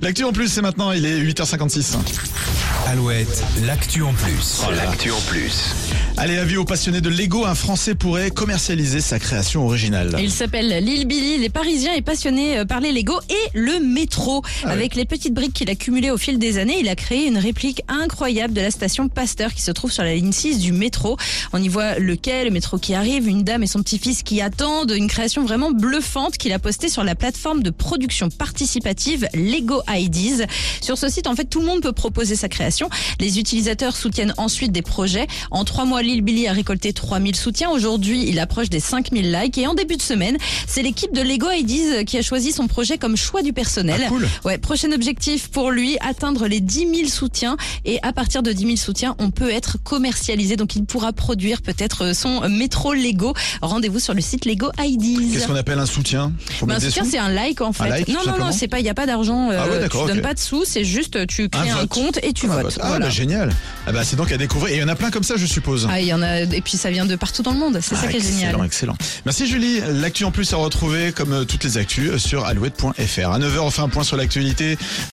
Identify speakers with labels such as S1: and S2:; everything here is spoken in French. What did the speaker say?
S1: L'actu en plus, c'est maintenant, il est 8h56.
S2: Alouette, l'actu en plus.
S3: Oh, L'actu en plus.
S1: Allez, avis aux passionnés de Lego, un Français pourrait commercialiser sa création originale.
S4: Il s'appelle Lil Billy. Les Parisiens est passionné euh, par les Lego et le métro. Avec les petites briques qu'il a cumulées au fil des années, il a créé une réplique incroyable de la station Pasteur qui se trouve sur la ligne 6 du métro. On y voit le quai, le métro qui arrive, une dame et son petit-fils qui attendent. Une création vraiment bluffante qu'il a postée sur la plateforme de production participative Lego Ideas. Sur ce site, en fait, tout le monde peut proposer sa création. Les utilisateurs soutiennent ensuite des projets. En trois mois, Lil Billy a récolté 3000 soutiens. Aujourd'hui, il approche des 5000 likes. Et en début de semaine, c'est l'équipe de Lego Ideas qui a choisi son projet comme choix du personnel.
S1: Ah, cool.
S4: Ouais, prochain objectif pour lui, atteindre les 10 000 soutiens. Et à partir de 10 000 soutiens, on peut être commercialisé. Donc, il pourra produire peut-être son métro Lego. Rendez-vous sur le site Lego Ideas.
S1: Qu'est-ce qu'on appelle un soutien Faut
S4: Ben, un
S1: mettre des
S4: soutien,
S1: sous
S4: c'est un like en fait.
S1: Un like, tout
S4: non, non,
S1: simplement.
S4: non, c'est pas, il n'y a pas d'argent.
S1: Ah ouais,
S4: euh, tu
S1: d'accord, ok.
S4: donnes pas de sous, c'est juste euh, tu crées un,
S1: vote.
S4: compte et tu
S1: Ah,
S4: votes.
S1: bah, Ah,
S4: Voilà.
S1: bah, génial. Ah, bah, c'est donc à découvrir. Et il y en a plein comme ça, je suppose.
S4: Ah, il y en a, et puis ça vient de partout dans le monde. C'est ça
S1: Ah,
S4: qui est génial.
S1: excellent, excellent. Merci Julie. L'actu en plus à retrouver comme euh, toutes les actus euh, sur alouette.fr. À 9h, on fait un point sur l'actualité.